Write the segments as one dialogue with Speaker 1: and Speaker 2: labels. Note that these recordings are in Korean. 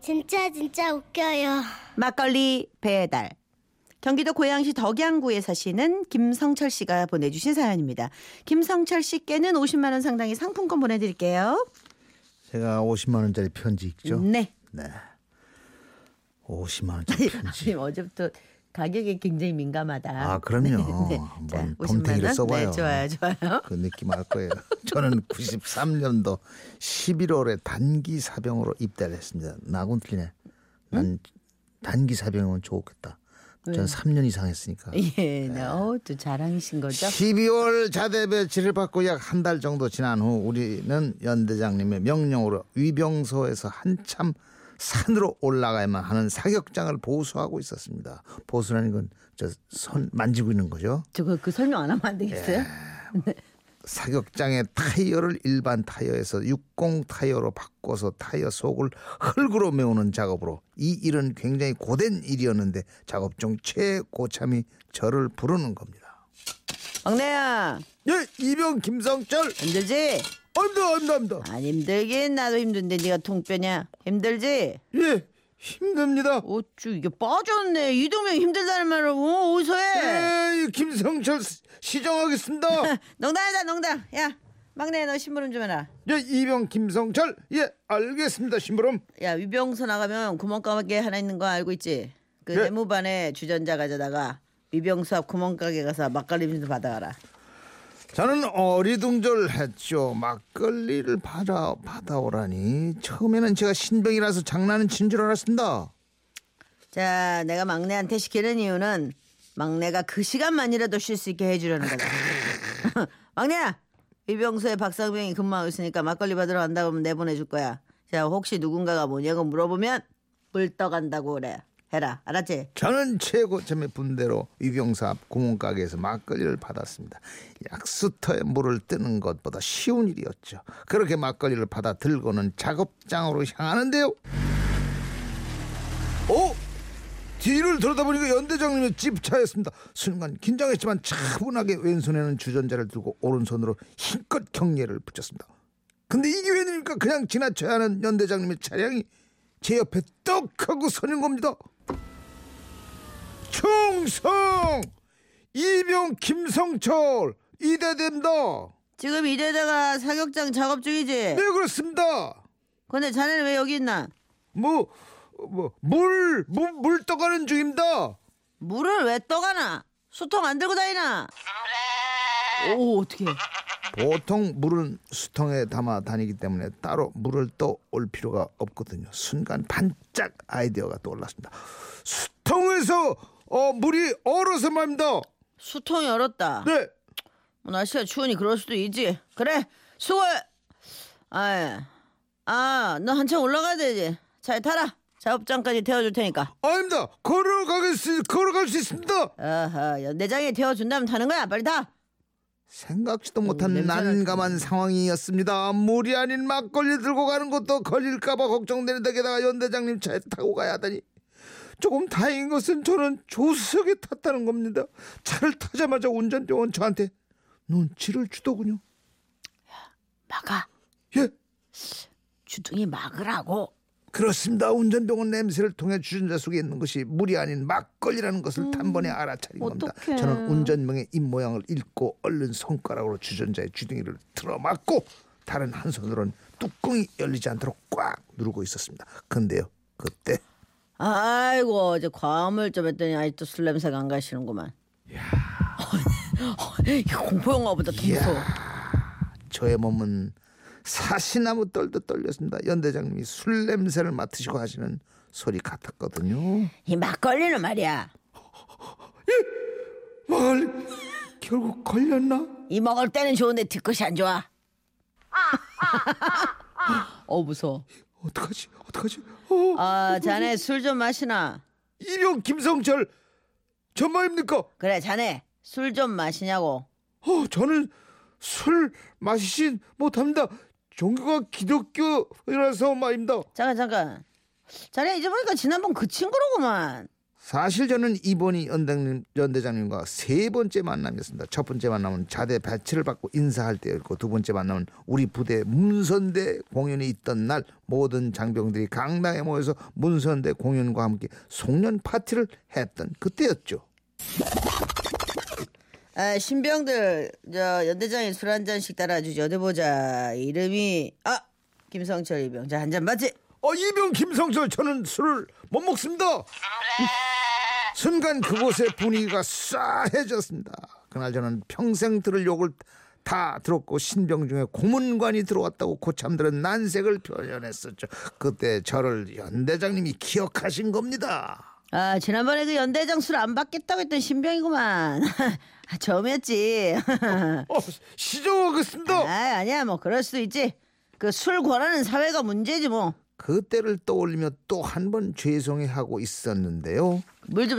Speaker 1: 진짜 진짜 웃겨요.
Speaker 2: 막걸리 배달. 경기도 고양시 덕양구에 사시는 김성철 씨가 보내주신 사연입니다. 김성철 씨께는 50만 원 상당의 상품권 보내드릴게요.
Speaker 3: 제가 50만 원짜리 편지 읽죠.
Speaker 2: 네.
Speaker 3: 50만 원짜리 편지.
Speaker 2: 선생님 어제부터 가격에 굉장히 민감하다.
Speaker 3: 아 그럼요.
Speaker 2: 네. 자,
Speaker 3: 한번
Speaker 2: 50만
Speaker 3: 범탱이를
Speaker 2: 원?
Speaker 3: 써봐요.
Speaker 2: 네, 좋아요, 좋아요.
Speaker 3: 그 느낌 알 거예요. 저는 93년도 11월에 단기 사병으로 입대를 했습니다. 나군 틀리네. 난 단기 사병은 좋겠다. 저는 3년 이상 했으니까.
Speaker 2: 예, 네. 어우, 또 자랑이신 거죠?
Speaker 3: 12월 자대 배치를 받고 약 한 달 정도 지난 후 우리는 연대장님의 명령으로 위병소에서 한참 산으로 올라가야만 하는 사격장을 보수하고 있었습니다. 보수라는 건 저 손 만지고 있는 거죠.
Speaker 2: 저거 그 설명 안 하면 안
Speaker 3: 네.
Speaker 2: 되겠어요?
Speaker 3: 사격장의 타이어를 일반 타이어에서 60 타이어로 바꿔서 타이어 속을 흙으로 메우는 작업으로 이 일은 굉장히 고된 일이었는데 작업 중 최고참이 저를 부르는 겁니다.
Speaker 2: 막내야,
Speaker 3: 예, 이병 김성철.
Speaker 2: 힘들지?
Speaker 3: 엄다 엄다 엄다.
Speaker 2: 안 힘들긴 나도 힘든데 네가 통뼈냐? 힘들지?
Speaker 3: 예, 힘듭니다.
Speaker 2: 어쭈 이게 빠졌네. 이동명 힘들다는 말을 어, 어디서 해?
Speaker 3: 예, 김성철 시- 시정하겠습니다.
Speaker 2: 농담이다 농담. 야 막내 너 신부름 좀 해라.
Speaker 3: 예, 이병 김성철. 예, 알겠습니다. 심부름.
Speaker 2: 야 위병소 나가면 구멍가게 하나 있는 거 알고 있지? 그
Speaker 3: 네.
Speaker 2: 내무반에 주전자 가져다가 위병소 앞 구멍가게 가서 막걸리 좀 받아가라.
Speaker 3: 저는 어리둥절했죠. 막걸리를 받아 받아오라니. 처음에는 제가 신병이라서 장난은 친 줄 알았습니다.
Speaker 2: 자 내가 막내한테 시키는 이유는 막내가 그 시간만이라도 쉴 수 있게 해주려는 거다. 막내야 위병소에 박상병이 근무하고 있으니까 막걸리 받으러 간다고 하면 내보내줄 거야. 자 혹시 누군가가 뭐냐고 물어보면 물떡한다고 그래. 해라 알았지?
Speaker 3: 저는 최고점의 분대로 위병사 앞 구멍가게에서 막걸리를 받았습니다. 약수터에 물을 뜨는 것보다 쉬운 일이었죠. 그렇게 막걸리를 받아 들고는 작업장으로 향하는데요. 오! 뒤를 돌아다보니까 연대장님의 집차였습니다. 순간 긴장했지만 차분하게 왼손에는 주전자를 들고 오른손으로 힘껏 경례를 붙였습니다. 근데 이게 웬일입니까? 그냥 지나쳐야 하는 연대장님의 차량이 제 옆에 떡 하고 서는 겁니다. 충성 이병 김성철 이대됩니다.
Speaker 2: 지금 이대다가 사격장 작업 중이지?
Speaker 3: 네 그렇습니다. 뭐,
Speaker 2: 근데 자네는 왜 여기 있나?
Speaker 3: 뭐뭐물물 떠가는 중입니다.
Speaker 2: 물을 왜 떠가나? 수통 안 들고 다니나? 오 어떻게?
Speaker 3: 보통 물은 수통에 담아 다니기 때문에 따로 물을 떠올 필요가 없거든요. 순간 반짝 아이디어가 떠올랐습니다. 수통에서 어, 물이 얼어서 말입니다.
Speaker 2: 수통 열었다.
Speaker 3: 네.
Speaker 2: 뭐 날씨가 추우니 그럴 수도 있지. 그래 수고해. 아아너 한참 올라가야 되지. 차에 타라. 작업장까지 태워줄 테니까.
Speaker 3: 아닙니다. 걸어가겠, 걸어갈 수 있습니다.
Speaker 2: 아하 연대장에 태워준다면 타는 거야. 빨리 타.
Speaker 3: 생각지도 못한
Speaker 2: 냄새 날
Speaker 3: 난감한 상황이었습니다. 물이 아닌 막걸리 들고 가는 것도 걸릴까봐 걱정되는데 게다가 연대장님 차에 타고 가야 하다니 조금 다행인 것은 저는 조수석에 탔다는 겁니다. 차를 타자마자 운전병원 저한테 눈치를 주더군요.
Speaker 2: 막아.
Speaker 3: 예,
Speaker 2: 주둥이 막으라고.
Speaker 3: 그렇습니다. 운전병원 냄새를 통해 주전자 속에 있는 것이 물이 아닌 막걸리라는 것을 단번에 알아차린 겁니다.
Speaker 2: 음, 어떡해.
Speaker 3: 저는 운전병의 입 모양을 읽고 얼른 손가락으로 주전자의 주둥이를 틀어막고 다른 한 손으로는 뚜껑이 열리지 않도록 꽉 누르고 있었습니다. 근데요, 그때
Speaker 2: 아이고 어제 과음을 좀 했더니 아직도 술 냄새가 안 가시는구만. 이야. 공포 영화보다 더 무서워.
Speaker 3: 저의 몸은 사시나무 떨듯 떨렸습니다. 연대장님이 술 냄새를 맡으시고 하시는 소리 같았거든요.
Speaker 2: 이 막걸리는 말이야.
Speaker 3: 말 결국 걸렸나?
Speaker 2: 이 먹을 때는 좋은데 뒷것이 안 좋아. 어 무서워.
Speaker 3: 어떡하지? 어떡하지? 어.
Speaker 2: 아 자네 술 좀 마시나.
Speaker 3: 일용 김성철 전말입니까?
Speaker 2: 그래 자네 술 좀 마시냐고.
Speaker 3: 어, 저는 술 마시진 못합니다. 종교가 기독교라서 말입니다.
Speaker 2: 잠깐 잠깐. 자네 이제 보니까 지난번 그 친구로구만.
Speaker 3: 사실 저는 이번이 연대장님, 연대장님과 세 번째 만남이었습니다. 첫 번째 만남은 자대 배치를 받고 인사할 때였고 두 번째 만남은 우리 부대 문선대 공연이 있던 날 모든 장병들이 강당에 모여서 문선대 공연과 함께 송년 파티를 했던 그때였죠.
Speaker 2: 아, 신병들 저 연대장이 술 한 잔씩 따라주지 어디 보자 이름이 아 김성철 이병자 한 잔 맞지?
Speaker 3: 어, 이병 김성철 저는 술을 못 먹습니다. 순간 그곳의 분위기가 싸해졌습니다. 그날 저는 평생 들을 욕을 다 들었고 신병 중에 고문관이 들어왔다고 고참들은 난색을 표현했었죠. 그때 저를 연대장님이 기억하신 겁니다.
Speaker 2: 아 지난번에 그 연대장 술 안 받겠다고 했던 신병이구만 아, 처음이었지
Speaker 3: 어, 시정하겠습니다.
Speaker 2: 아 아니야 뭐 그럴 수도 있지 그 술 권하는 사회가 문제지 뭐 물 좀
Speaker 3: 그때를 떠올리며 또 한 번 죄송해하고 있었는데요.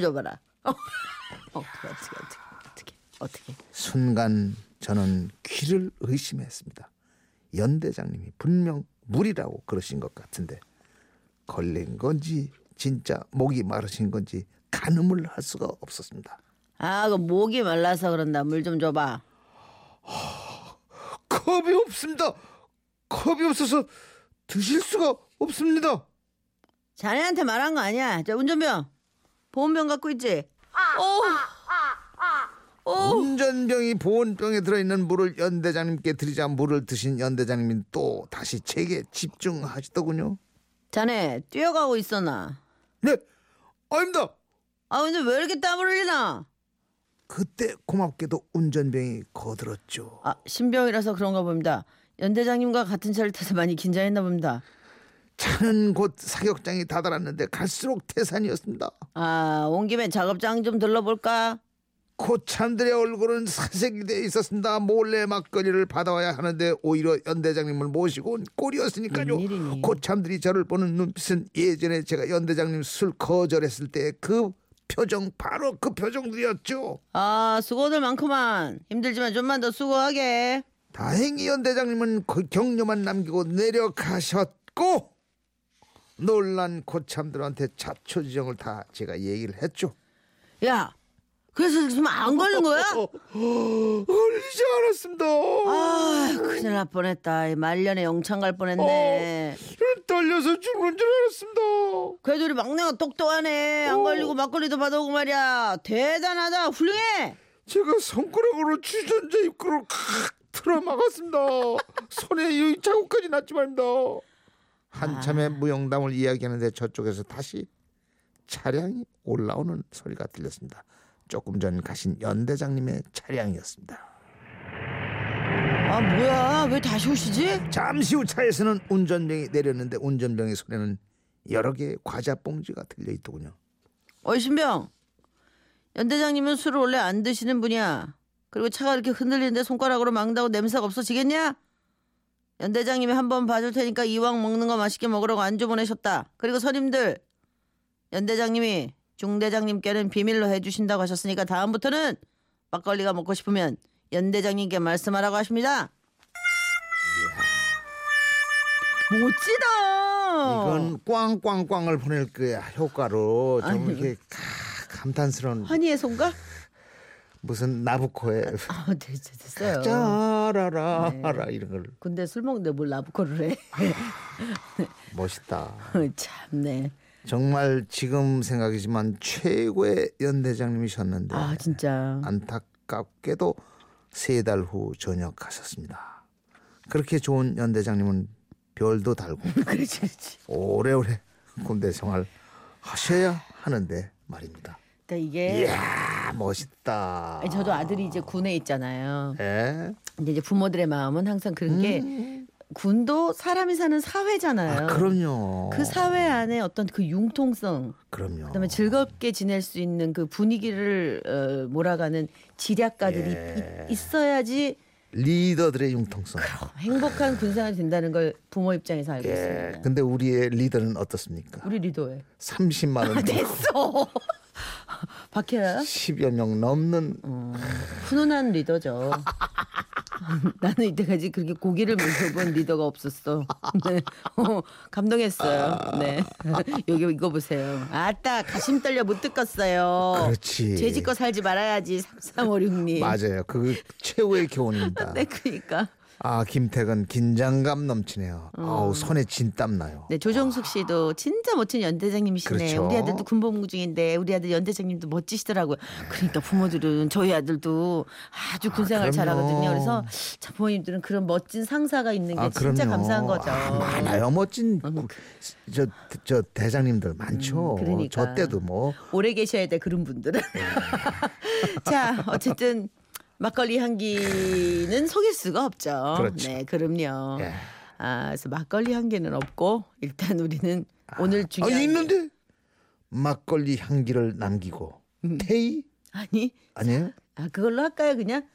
Speaker 2: 줘봐라 어. 어떻게 어떻게 어떻게 어떻게
Speaker 3: 순간 저는 귀를 의심했습니다. 연대장님이 분명 물이라고 그러신 것 같은데 걸린 건지 진짜 목이 마르신 건지 가늠을 할 수가 없었습니다.
Speaker 2: 아그 목이 말라서 그런다 물 좀 줘봐
Speaker 3: 컵이 없습니다. 컵이 없어서 드실 수가 없습니다.
Speaker 2: 자네한테 말한 거 아니야 저 운전병 보험병 갖고 있지? 어.
Speaker 3: 운전병이 보온병에 들어있는 물을 연대장님께 드리자 물을 드신 연대장님이 또 다시 제게 집중하시더군요.
Speaker 2: 자네 뛰어가고 있었나?
Speaker 3: 네, 아닙니다.
Speaker 2: 아 근데 왜 이렇게 땀을 흘리나?
Speaker 3: 그때 고맙게도 운전병이 거들었죠.
Speaker 2: 아 신병이라서 그런가 봅니다. 연대장님과 같은 차를 타서 많이 긴장했나 봅니다.
Speaker 3: 차는 곧 사격장이 다다랐는데 갈수록 태산이었습니다.
Speaker 2: 아온 김에 작업장 좀 들러볼까?
Speaker 3: 고참들의 얼굴은 사색이 되어 있었습니다. 몰래 막걸리를 받아와야 하는데 오히려 연대장님을 모시고 온 꼴이었으니까요.
Speaker 2: 웬일이니.
Speaker 3: 고참들이 저를 보는 눈빛은 예전에 제가 연대장님 술 거절했을 때 그 표정 바로 그 표정들이었죠.
Speaker 2: 아 수고들 많구만. 힘들지만 좀만 더 수고하게.
Speaker 3: 다행히 연대장님은 그 격려만 남기고 내려가셨고 놀란 고참들한테 자초지정을 다 제가 얘기를 했죠.
Speaker 2: 야 그래서 지금 안 걸린 거야?
Speaker 3: 걸리지 어, 않았습니다.
Speaker 2: 아 큰일 날 뻔했다. 이 말년에 영창 갈 뻔했네.
Speaker 3: 떨려서 죽는 줄 알았습니다.
Speaker 2: 그래도 우리 막내가 똑똑하네. 안 걸리고 막걸리도 받아오고 말이야. 대단하다. 훌륭해.
Speaker 3: 제가 손가락으로 주전자 입구를 칵 틀어막았습니다. 손에 이 자국까지 났지 말입니다. 한참의 무용담을 이야기하는데 저쪽에서 다시 차량이 올라오는 소리가 들렸습니다. 조금 전 가신 연대장님의 차량이었습니다.
Speaker 2: 아 뭐야 왜 다시 오시지?
Speaker 3: 잠시 후 차에서는 운전병이 내렸는데 운전병의 손에는 여러 개의 과자 봉지가 들려 있더군요.
Speaker 2: 어이 신병 연대장님은 술을 원래 안 드시는 분이야 그리고 차가 이렇게 흔들리는데 손가락으로 막는다고 냄새가 없어지겠냐 연대장님이 한 번 봐줄 테니까 이왕 먹는 거 맛있게 먹으라고 안주 보내셨다 그리고 선임들 연대장님이 중대장님께는 비밀로 해주신다고 하셨으니까 다음부터는 막걸리가 먹고 싶으면 연대장님께 말씀하라고 하십니다 멋지다
Speaker 3: 이건 꽝꽝꽝을 보낼 거야 효과로 좀 이렇게 가- 감탄스러운
Speaker 2: 환희의 손가?
Speaker 3: 무슨 나부코의
Speaker 2: 아, 됐어, 됐어요. 네.
Speaker 3: 짜라라라 이런 걸
Speaker 2: 근데 술 먹는데 뭘 라부코를 해?
Speaker 3: 멋있다.
Speaker 2: 참네.
Speaker 3: 정말 지금 생각이지만 최고의 연대장님이셨는데
Speaker 2: 아 진짜.
Speaker 3: 안타깝게도 세 달 후 전역하셨습니다. 그렇게 좋은 연대장님은 별도 달고
Speaker 2: 그렇지 그렇지.
Speaker 3: 오래오래 군대 생활 하셔야 하는데 말입니다.
Speaker 2: 그러니까 이게
Speaker 3: 아 멋있다.
Speaker 2: 아니, 저도 아들이 이제 군에 있잖아요.
Speaker 3: 예.
Speaker 2: 근데 이제 부모들의 마음은 항상 그런 게 군도 사람이 사는 사회잖아요.
Speaker 3: 아, 그럼요.
Speaker 2: 그 사회 안에 어떤 그 융통성,
Speaker 3: 그럼요.
Speaker 2: 그다음에 즐겁게 지낼 수 있는 그 분위기를 어, 몰아가는 지략가들이
Speaker 3: 예.
Speaker 2: 있- 있어야지
Speaker 3: 리더들의 융통성.
Speaker 2: 행복한 군생활이 된다는 걸 부모 입장에서 알고
Speaker 3: 예.
Speaker 2: 있습니다.
Speaker 3: 근데 우리의 리더는 어떻습니까?
Speaker 2: 우리 리더에.
Speaker 3: 30만
Speaker 2: 아,
Speaker 3: 원,
Speaker 2: 네. 됐어. 박혜라 네.
Speaker 3: 10여 명 넘는
Speaker 2: 훈훈한 리더죠. 나는 이때까지 그렇게 고기를 물려본 리더가 없었어. 네. 어, 감동했어요. 네. 여기 이거 보세요. 아따 가심 떨려 못 뜯겼어요.
Speaker 3: 그렇지.
Speaker 2: 죄짓거 살지 말아야지 3356님.
Speaker 3: 맞아요. 그 최후의 교훈입니다.
Speaker 2: 네, 그러니까.
Speaker 3: 아 김태근 긴장감 넘치네요. 아우 손에 진땀 나요.
Speaker 2: 음. 네, 조정숙 씨도 진짜 멋진 연대장님이시네.
Speaker 3: 그렇죠.
Speaker 2: 우리 아들도 군복무 중인데 우리 아들 연대장님도 멋지시더라고요. 그러니까 부모들은 저희 아들도 아주 군생활
Speaker 3: 그럼요.
Speaker 2: 잘하거든요. 그래서 참 부모님들은 그런 멋진 상사가 있는 게
Speaker 3: 아,
Speaker 2: 진짜
Speaker 3: 그럼요.
Speaker 2: 감사한 거죠. 그-
Speaker 3: 아, 많아요. 멋진 저저 저 대장님들 많죠.
Speaker 2: 음, 그러니까.
Speaker 3: 저 때도 뭐
Speaker 2: 오래 계셔야 돼 그런 분들은.
Speaker 3: 네.
Speaker 2: 자, 어쨌든 막걸리 향기는 속일 수가 없죠.
Speaker 3: 그렇죠.
Speaker 2: 네, 그럼요.
Speaker 3: 예.
Speaker 2: 아, 그래서 막걸리 향기는 없고 일단 우리는 오늘
Speaker 3: 아,
Speaker 2: 중요한 게-
Speaker 3: 있는데 막걸리 향기를 남기고
Speaker 2: 음.
Speaker 3: 테이
Speaker 2: 아니,
Speaker 3: 아니에요?
Speaker 2: 아 그걸로 할까요 그냥?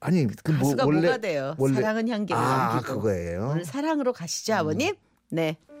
Speaker 3: 아니 그 뭐
Speaker 2: 가수가
Speaker 3: 원래
Speaker 2: 뭐가 돼요? 사랑은 향기를
Speaker 3: 아
Speaker 2: 남기고.
Speaker 3: 그거예요.
Speaker 2: 오늘 사랑으로 가시죠 아버님. 네.